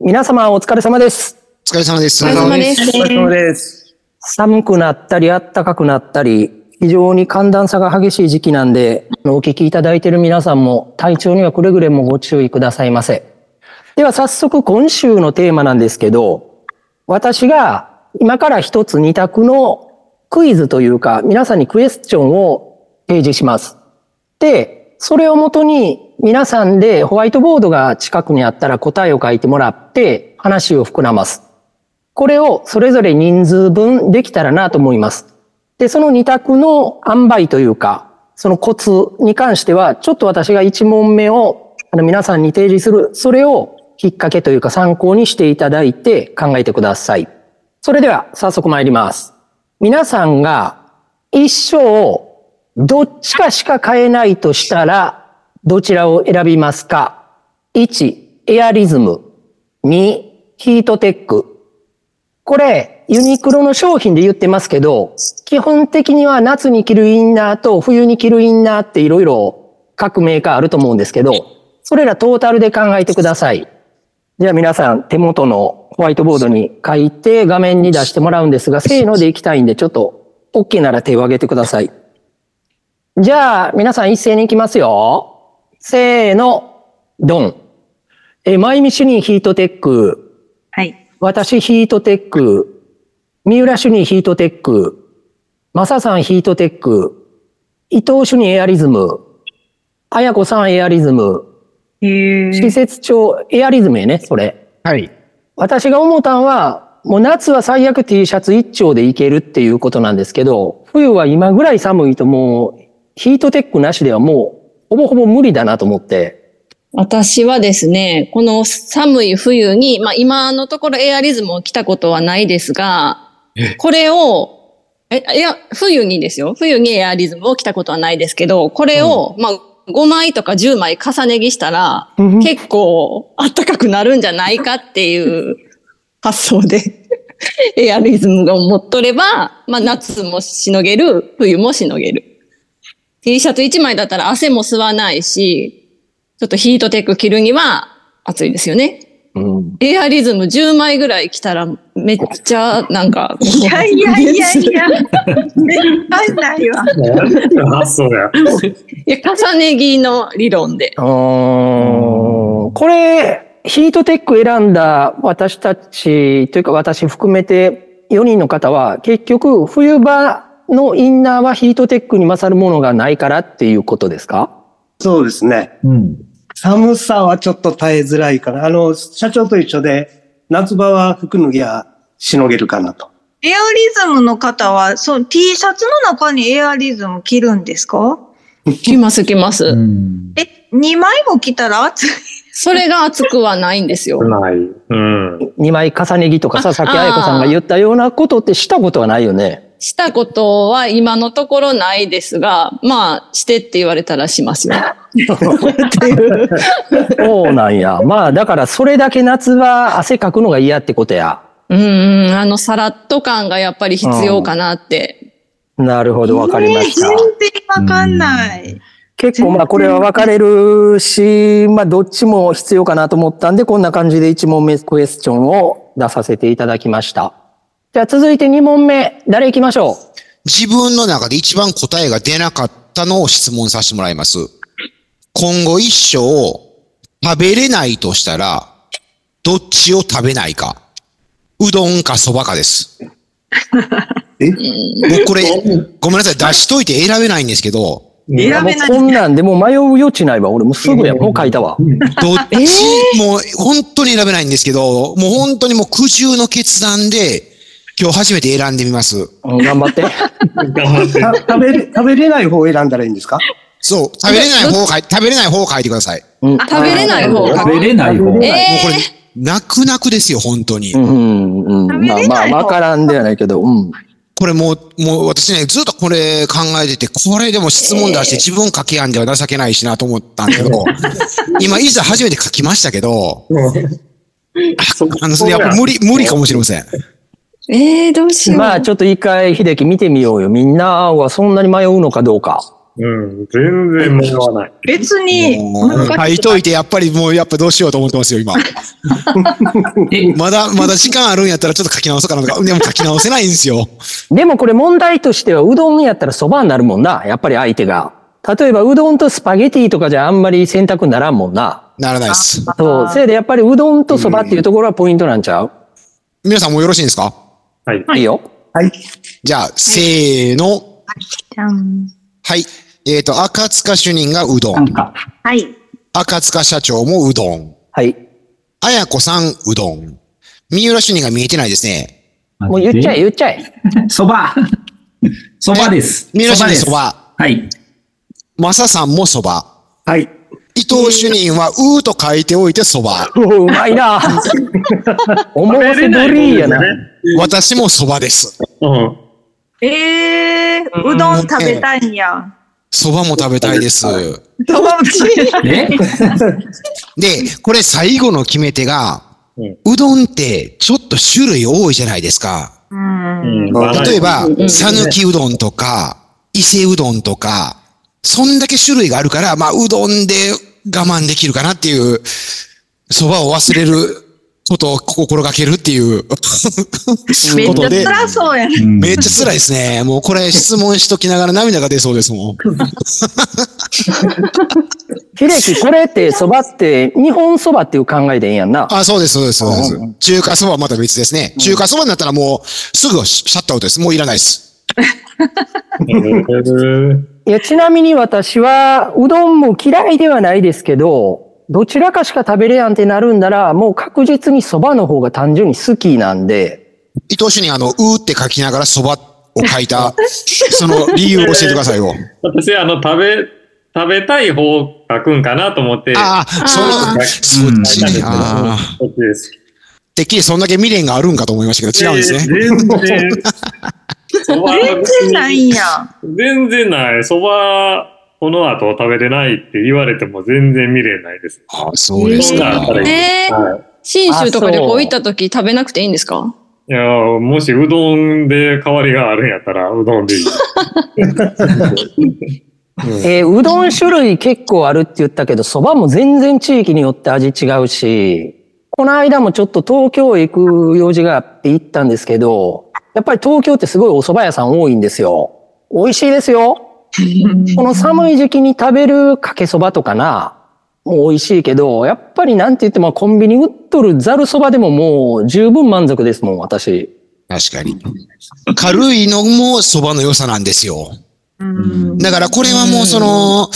皆様お疲れ様です。お疲れ様です。お疲れ様ですお疲れ様です。寒くなったり、暖かくなったり、非常に寒暖差が激しい時期なんで、あのお聞きいただいている皆さんも体調にはくれぐれもご注意くださいませ。では早速今週のテーマなんですけど、私が今から一つ二択のクイズというか、皆さんにクエスチョンを提示します。で、それをもとに皆さんでホワイトボードが近くにあったら答えを書いてもらって話を膨らます。これをそれぞれ人数分できたらなと思います。で、その二択の塩梅というか、そのコツに関しては、ちょっと私が一問目をあの皆さんに提示する、それを引っ掛けというか参考にしていただいて考えてください。それでは早速参ります。皆さんが一生どっちかしか買えないとしたら、どちらを選びますか ?1、エアリズム。2、ヒートテック。これ、ユニクロの商品で言ってますけど、基本的には夏に着るインナーと冬に着るインナーっていろいろ各メーカーあると思うんですけど、それらトータルで考えてください。じゃあ皆さん手元のホワイトボードに書いて画面に出してもらうんですが、せーのでいきたいんでちょっと OK なら手を挙げてください。じゃあ皆さん一斉に行きますよ。せーの、ドン。え、マイミ主任ヒートテック、はい。私ヒートテック、三浦主任ヒートテック、マサさんヒートテック、伊藤主任エアリズム、綾子さんエアリズム、へ施え。設長エアリズムやね、それ。はい。私が思ったんは、もう夏は最悪 T シャツ一丁でいけるっていうことなんですけど、冬は今ぐらい寒いともう、ヒートテックなしではもう、ほぼほぼ無理だなと思って。私はですね、この寒い冬に、まあ今のところエアリズムを着たことはないですがえ、これを、え、いや、冬にですよ。冬にエアリズムを着たことはないですけど、これを、まあ5枚とか10枚重ね着したら、結構暖かくなるんじゃないかっていう 発想で、 エアリズムを持っとれば、まあ夏もしのげる、冬もしのげる。T シャツ1枚だったら汗も吸わないし、ちょっとヒートテック着るには暑いですよね。うん。エアリズム10枚ぐらい着たらめっちゃなん か、 いやいやいやいや。絶対ないわ。うあ、そうや。いや重ね着の理論で。ーんこれ、ヒートテック選んだ私たちというか私含めて4人の方は結局冬場のインナーはヒートテックに勝るものがないからっていうことですかそうですね。うん。寒さはちょっと耐えづらいかな。あの、社長と一緒で、夏場は服脱ぎはしのげるかなと。エアリズムの方は、そう、T シャツの中にエアリズム着るんですか着ます着ます。うん。え、2枚も着たら暑い。それが暑くはないんですよ。ない。うん。 ?2 枚重ね着とかさ、さっきあ彩子さんが言ったようなことってしたことはないよね。したことは今のところないですが、まあしてって言われたらしますよ。っていう。そうなんや。まあだからそれだけ夏場汗かくのが嫌ってことや。うんうん、あのさらっと感がやっぱり必要かなってなるほど、わかりました。全然わかんない。結構まあこれは分かれるし、まあどっちも必要かなと思ったんで、こんな感じで1問目クエスチョンを出させていただきました。じゃあ続いて2問目、誰行きましょう自分の中で一番答えが出なかったのを質問させてもらいます。今後一生食べれないとしたら、どっちを食べないか。うどんかそばかです。え僕これ、ごめんなさい、出しといて選べないんですけど、いやも選べうないこんなんでもう迷う余地ないわ。俺もうすぐや、もう書いたわ。どっち、もう本当に選べないんですけど、もう本当にもう苦渋の決断で、今日初めて選んでみます。うん頑張って。た食べれ、食べれない方を選んだらいいんですかそう、食べれない方を書い、食べれない方を書いてください。うん食べれない方食が。べれないえ方もうこれえ、泣く泣くですよ、本当にう。ん、うん、食べれまなあいまあ、わからんではないけど、うん。これもう、もう私ね、ずっとこれ考えてて、これでも質問出して自分書きやんでは情けないしなと思ったんだけど、今、いざ初めて書きましたけど、あの、やっぱ無理、無理かもしれません。ええどうしよう。まあちょっと一回、秀樹見てみようよ。みんなはそんなに迷うのかどうか。うん、全然迷わない。別に、うん書いといて、やっぱりもう、やっぱどうしようと思ってますよ、今。まだ、まだ時間あるんやったらちょっと書き直そうかなとか、でも書き直せないんですよ。でもこれ問題としては、うどんやったらそばになるもんな。やっぱり相手が。例えば、うどんとスパゲティとかじゃあんまり選択にならんもんな。ならないです。そう。せいでやっぱりうどんとそばっていうところはポイントなんちゃう、皆さんもうよろしいんですかはい。いいよ。はい。じゃあ、せーの。じゃんはい。えっ、と、赤塚主任がうど。なんんか、はい。赤塚社長もうどん。はい。綾子さんうどん。三浦主任が見えてないですね。もう言っちゃえ、言っちゃえ。そばそばです。三浦主そば任ですそ。ば。はい。マサさんもそば。はい。伊藤主任はうーと書いておいてそば。おううまいな思わせぶりやな。私もそばです。うん。えー、うどん食べたいんや。そばも食べたいです。 えで、これ最後の決め手が、うんうどんってちょっと種類多いじゃないですか。うん。例えばうん、さぬきうどんとか、伊勢うどんとか、そんだけ種類があるから、まあ、うどんで我慢できるかなっていう、そばを忘れることを心がけるっていう めこっちとゃで、辛そうやね。めっちゃ辛いですね。もうこれ質問しときながら涙が出そうですもん。秀樹、これってそばって、日本そばっていう考えでええんやんな。あ、そうです、そうです、そうです。中華そばはまた別ですね。中華そばになったらもう、すぐシャットアウトです。もういらないです。いや、ちなみに私は、うどんも嫌いではないですけど、どちらかしか食べれやんってなるんなら、もう確実にそばの方が単純に好きなんで、伊藤主任、あの、うーって書きながらそばを書い た、その理由を教えてくださいよ。私、あの、食べ、食べたい方を書くんかなと思って、ああ、そあの、そっちね。ああ。こっちです。てっきりそんだけ未練があるんかと思いましたけど、違うんですね。全然。そば全然ないんや。全然ない。そば、この後食べれないって言われても全然見れないです。あそうですそんなんあかった。らいいえー、はい信州とか旅行行った時食べなくていいんですかいやーもしうどんで代わりがあるんやったら、うどんでいい。えーうどん種類結構あるって言ったけど、そばも全然地域によって味違うし、この間もちょっと東京へ行く用事があって行ったんですけど、やっぱり東京ってすごいお蕎麦屋さん多いんですよ。美味しいです よ。この寒い時期に食べるかけそばとかな、もう美味しいけど、やっぱりなんて言ってもコンビニ売っとるざるそばでももう十分満足ですもん、私。確かに。軽いのもそばの良さなんですよ。うん。だからこれはもうその、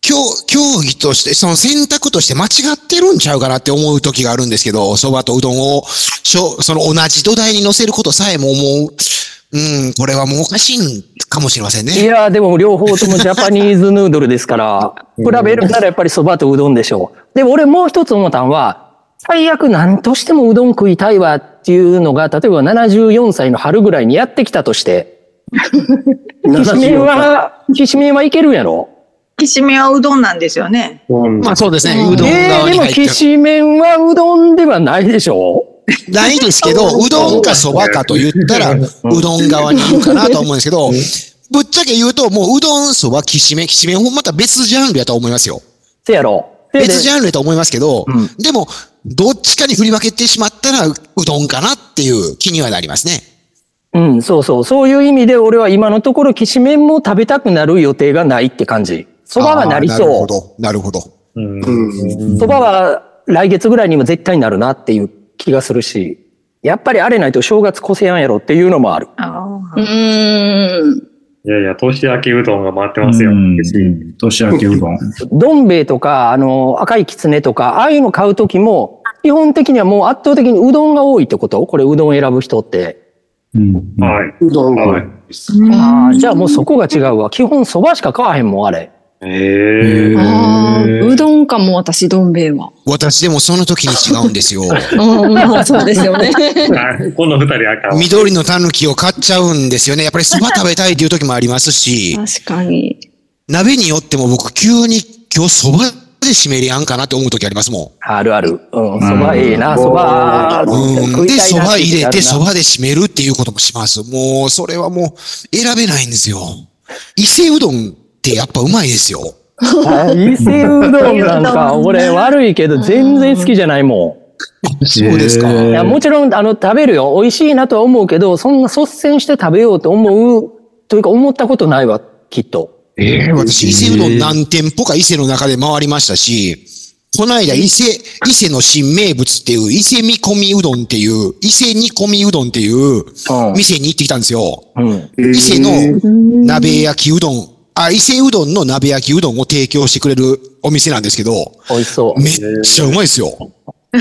競競技として、その選択として間違ってるんちゃうかなって思う時があるんですけど、蕎麦とうどんを、しょその同じ土台に乗せることさえももう、うん、これはもうおかしいんかもしれませいんね。やーでも両方ともジャパニーズヌードルですから、比べるならやっぱりそばとうどんでしょう。でも俺もう一つ思ったのは、最悪何としてもうどん食いたいわっていうのが、例えば74歳の春ぐらいにやってきたとして、きしめんは、きしめんはいけるんやろきしめんはうどんなんですよね。まあそうですね。うどんえー側でにも入ってきしめんはうどんではないでしょうないですけど、うどんかそばかと言ったら、うどん側にいるかなと思うんですけど、ぶっちゃけ言うと、もううどん、そば、きしめん、きしめんもまた別ジャンルやと思いますよ。せやろ。せやで別ジャンルやと思いますけど、でも、どっちかに振り分けてしまったら、うどんかなっていう気にはなりますね。うん、そうそう。そういう意味で俺は今のところきしめんも食べたくなる予定がないって感じ。そばはなりあーなるそほう。ど。なるほど。うんそばは来月ぐらいにも絶対になるなっていう気がするし、やっぱりあれないと正月越せやんやろっていうのもある。あうーん。いやいや、年明けうどんが回ってますよ。うん年明けうどん。どん兵衛とか、あの、赤いきつねとか、ああいうの買うときも、基本的にはもう圧倒的にうどんが多いってことこれうどん選ぶ人って。うんはい。うどんが多い。あああ、じゃあもうそこが違うわ。基本そばしか買わへんもん、あれ。ええあーうどんかも私、どん兵衛は。私でもその時に違うんですよ。うん、まあそうですよね。ー。 この二人あかん。緑のタヌキを買っちゃうんですよね。やっぱりそば食べたいっていう時もありますし。 確かに。鍋によっても僕急に今日そばで締めりやんかなって思う時ありますもあるある。うん、そばええな、そば。ん。う食ん。いで、たいそなば入れてそ そばばで締めるっていうこともします。もう、それはもう選べないんですよ。伊勢うどんってやっぱうまいですよ。伊勢うどんなんか、俺悪いけど全然好きじゃないもそうですか。ん。いや、もちちろん、あの、食べるよ。美味しいなとは思うけど、そんな率先して食べようと思う、というか思ったことないわ、きっと。え私、伊勢うどん何店舗か伊勢の中で回りましたし、この間伊勢、伊勢の新名物っていう、伊勢煮込みうどんっていう、伊勢煮込みうどんっていう店に行ってきたんですよ。うん。えー伊勢の鍋焼きうどん、あ、伊勢うどんの鍋焼きうどんを提供してくれるお店なんですけど、美味しそう。めっちゃうまいですよ。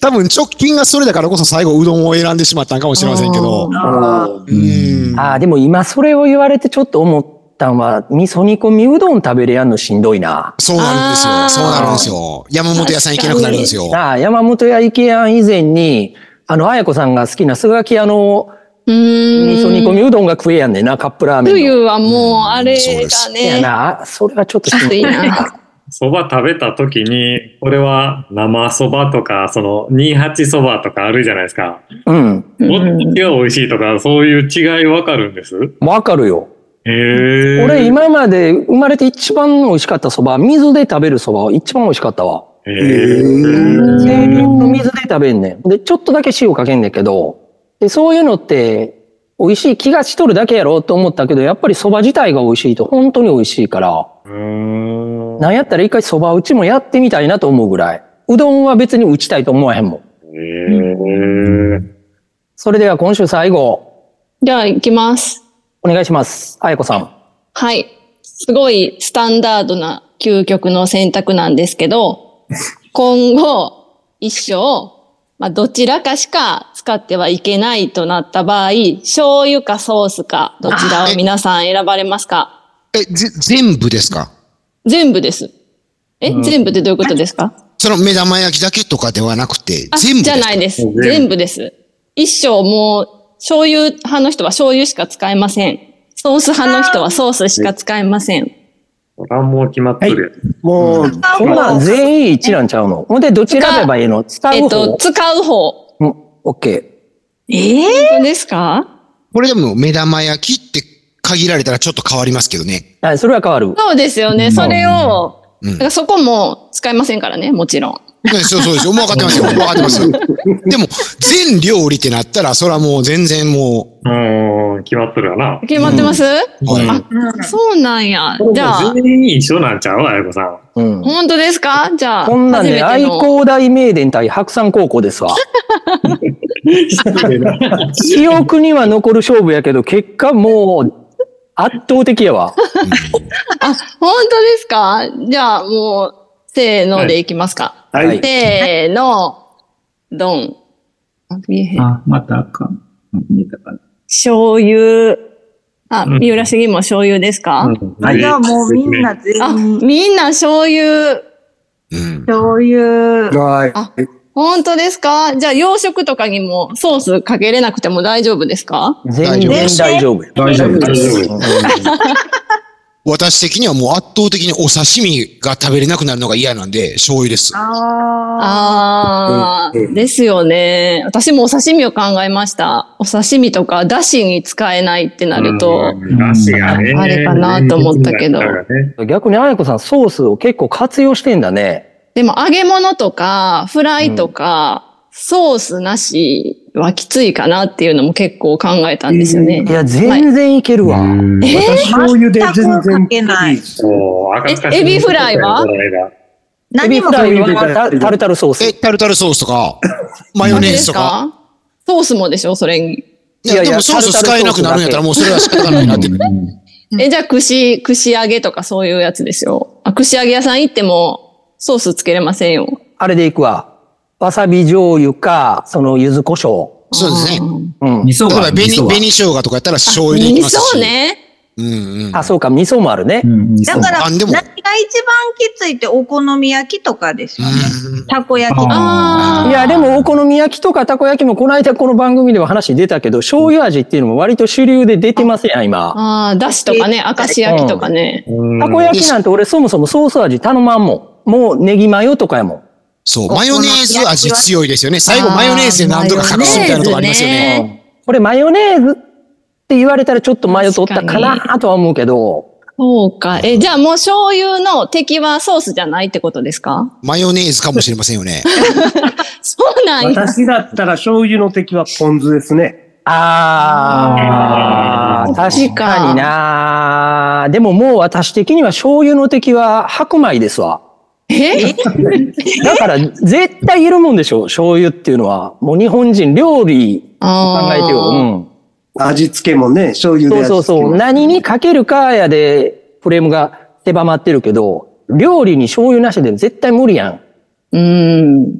多分直近がそれだからこそ最後うどんを選んでしまったんかもしれませんけど。あーうーん。ああ、でも今それを言われてちょっと思ったんは、味噌煮込みうどん食べれやんのしんどいな。そうなるんですあよ。ーそうなるんですよ。山本屋さん行けなくなるんですよ。ああ、山本屋池やん以前に、あの、あやこさんが好きなすがき屋のうーん。味噌煮込みうどんが食えやんねんな、カップラーメンの。冬はもうあれそうでだすいやね。な、それはちょっときしんどついな。そば食べた時に、これは生そばとか、その28そばとかあるじゃないですか。うん。どっちが美味しいとか、そういう違いわかるんですわかるよ。へえ。俺、今まで生まれて一番美味しかったそば、水で食べるそばは一番美味しかったわ。へうー生乳の水で食べんねん。で、ちょっとだけ塩かけんねんけど、で、そういうのって、美味しい気がしとるだけやろうと思ったけど、やっぱり蕎麦自体が美味しいと本当に美味しいから、うーん。なんやったら一回蕎麦うちもやってみたいなと思うぐらい。うどんは別に打ちたいと思わへんもん。へーそれでは今週最後、じゃあ行きます。お願いします。あやこさん。はい。すごいスタンダードな究極の選択なんですけど、 今後、一生、まあ、どちらかしか使ってはいけないとなった場合、醤油かソースか、どちらを皆さん選ばれますかえ、ぜ、全部ですか全部です。え、全部ってどういうことですかその目玉焼きだけとかではなくて、あ全部じゃですなかいです全。部全部です。一生もう、醤油派の人は醤油しか使えません。ソース派の人はソースしか使えません。これはもう決まってるもう、こんなん全員一覧ちゃうの。ほんで、どっち選べばいいの使えう方、っと、使う方。うん、オッケええ本当ですかこれでも目玉焼きって限られたらちょっと変わりますけど ね。ー。あ、それは変わる。そうですよね。んそれを、うんだからそこも使いませんからね、もちろん。そうですそうです。もう分かってますよ。もう分かってます。でも、全料理ってなったら、それはもう全然もやん。うーん、決まってるわな。決まってます、 う、はい。うんそうなんや。じゃあ、全員一緒なんちゃうあやこさん。うん。本当ですかじゃあ、こんなんで、初め愛ての工大名電対白山高校ですわ。記憶には残る勝負やけど、結果もう、圧倒的やわ。あ、本当ですかじゃあ、もう、せーのでいきますか。ははいい。せーの、ドン。あ見えへん。あ、またあかん。見えたかな醤油。あ、うん三浦市議も醤油ですか、はじい。ゃあもうみんなあ、全員みんな醤油。うん。醤油。はいあ本当ですかじゃあ、洋食とかにもソースかけれなくても大丈夫ですか全然大丈夫。大丈夫大です。丈夫。私的にはもう圧倒的にお刺身が食べれなくなるのが嫌なんで、醤油です。ああ。ああ、うんうんですよね。私もお刺身を考えました。お刺身とか、だしに使えないってなると、うん、だしがね。あれかなと思ったけどだからね逆にあやこさん、ソースを結構活用してんだね。でも揚げ物とか、フライとか、ソースなしはきついかなっていうのも結構考えたんですよねい。や、全然いけるわ。え私醤油で全然全くかけないそう、赤かえエビフライはエビフライだエビ何フライもそういうはこタとタルタルソーえ、ス。タルタルソースとか、マヨ本当ネーでズすとか。かソースもでしょそれに。いや、いやいやでもソース使えなくなるんやったらもうそれは仕方ないなって。え、じゃあ、串、串揚げとかそういうやつですよ。あ、串揚げ屋さん行っても、ソースつけれませんよ。あれでいくわ。わさび醤油か、その、柚子胡椒。そうですね。うん味。噌例えばが、紅、味噌紅が。生姜とかやったら醤油でいき味ますし。噌。ね。うんうん。あ、そうか、味噌もあるねう。ん味噌だから、あ何でがも一番きついってお好み焼きとかですよね。たこ焼きとか。ああ。いや、でも、お好み焼きとかたこ焼きも、この間この番組では話出たけど、醤油味っていうのも割と主流で出てますやん、今。ああ、だしとかね、明石焼きとかね。うんたこ焼きなんて俺そもそもソース味頼まんもん。もうネギマヨとかやもん。そう、マヨネーズ味強いですよね。最後マヨネーズで何とか隠すみたいなとこありますよね。ね。これマヨネーズって言われたらちょっと迷っとったかなとは思うけど、そうか。え、じゃあもう醤油の敵はソースじゃないってことですかマヨネーズかもしれませんよね。そうなんや。私だったら醤油の敵はポン酢ですね。あー、確かになでももう私的には醤油の敵は白米ですわ。えだから絶対いるもんでしょ、醤油っていうのは。もう日本人料理考えてよ。うあん味付けもね、醤油でそう味付けそうそう。何にかけるかやで、フレームが狭まってるけど、料理に醤油なしで絶対無理やん。ーうん。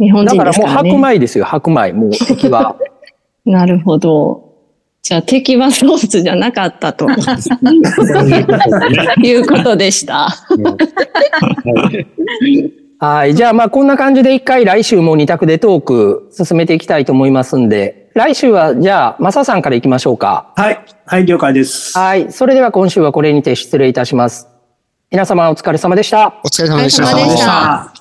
日本だ人からですもうから、ね。白米ですよ、白米。もう敵は。なるほど。じゃあ敵はソースじゃなかったとそういうこと ですねいうことでした。はい。じゃあまあこんな感じで一回来週も二択でトーク進めていきたいと思いますんで、来週はじゃあマサさんから行きましょうか。はい。はい、了解です。はい。それでは今週はこれにて失礼いたします。皆様お疲れ様でした。お疲れ様でした。お疲れ様でした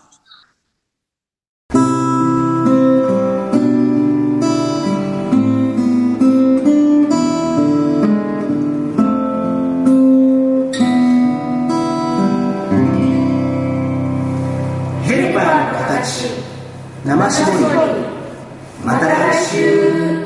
ヘルパーの形生絞りまた来週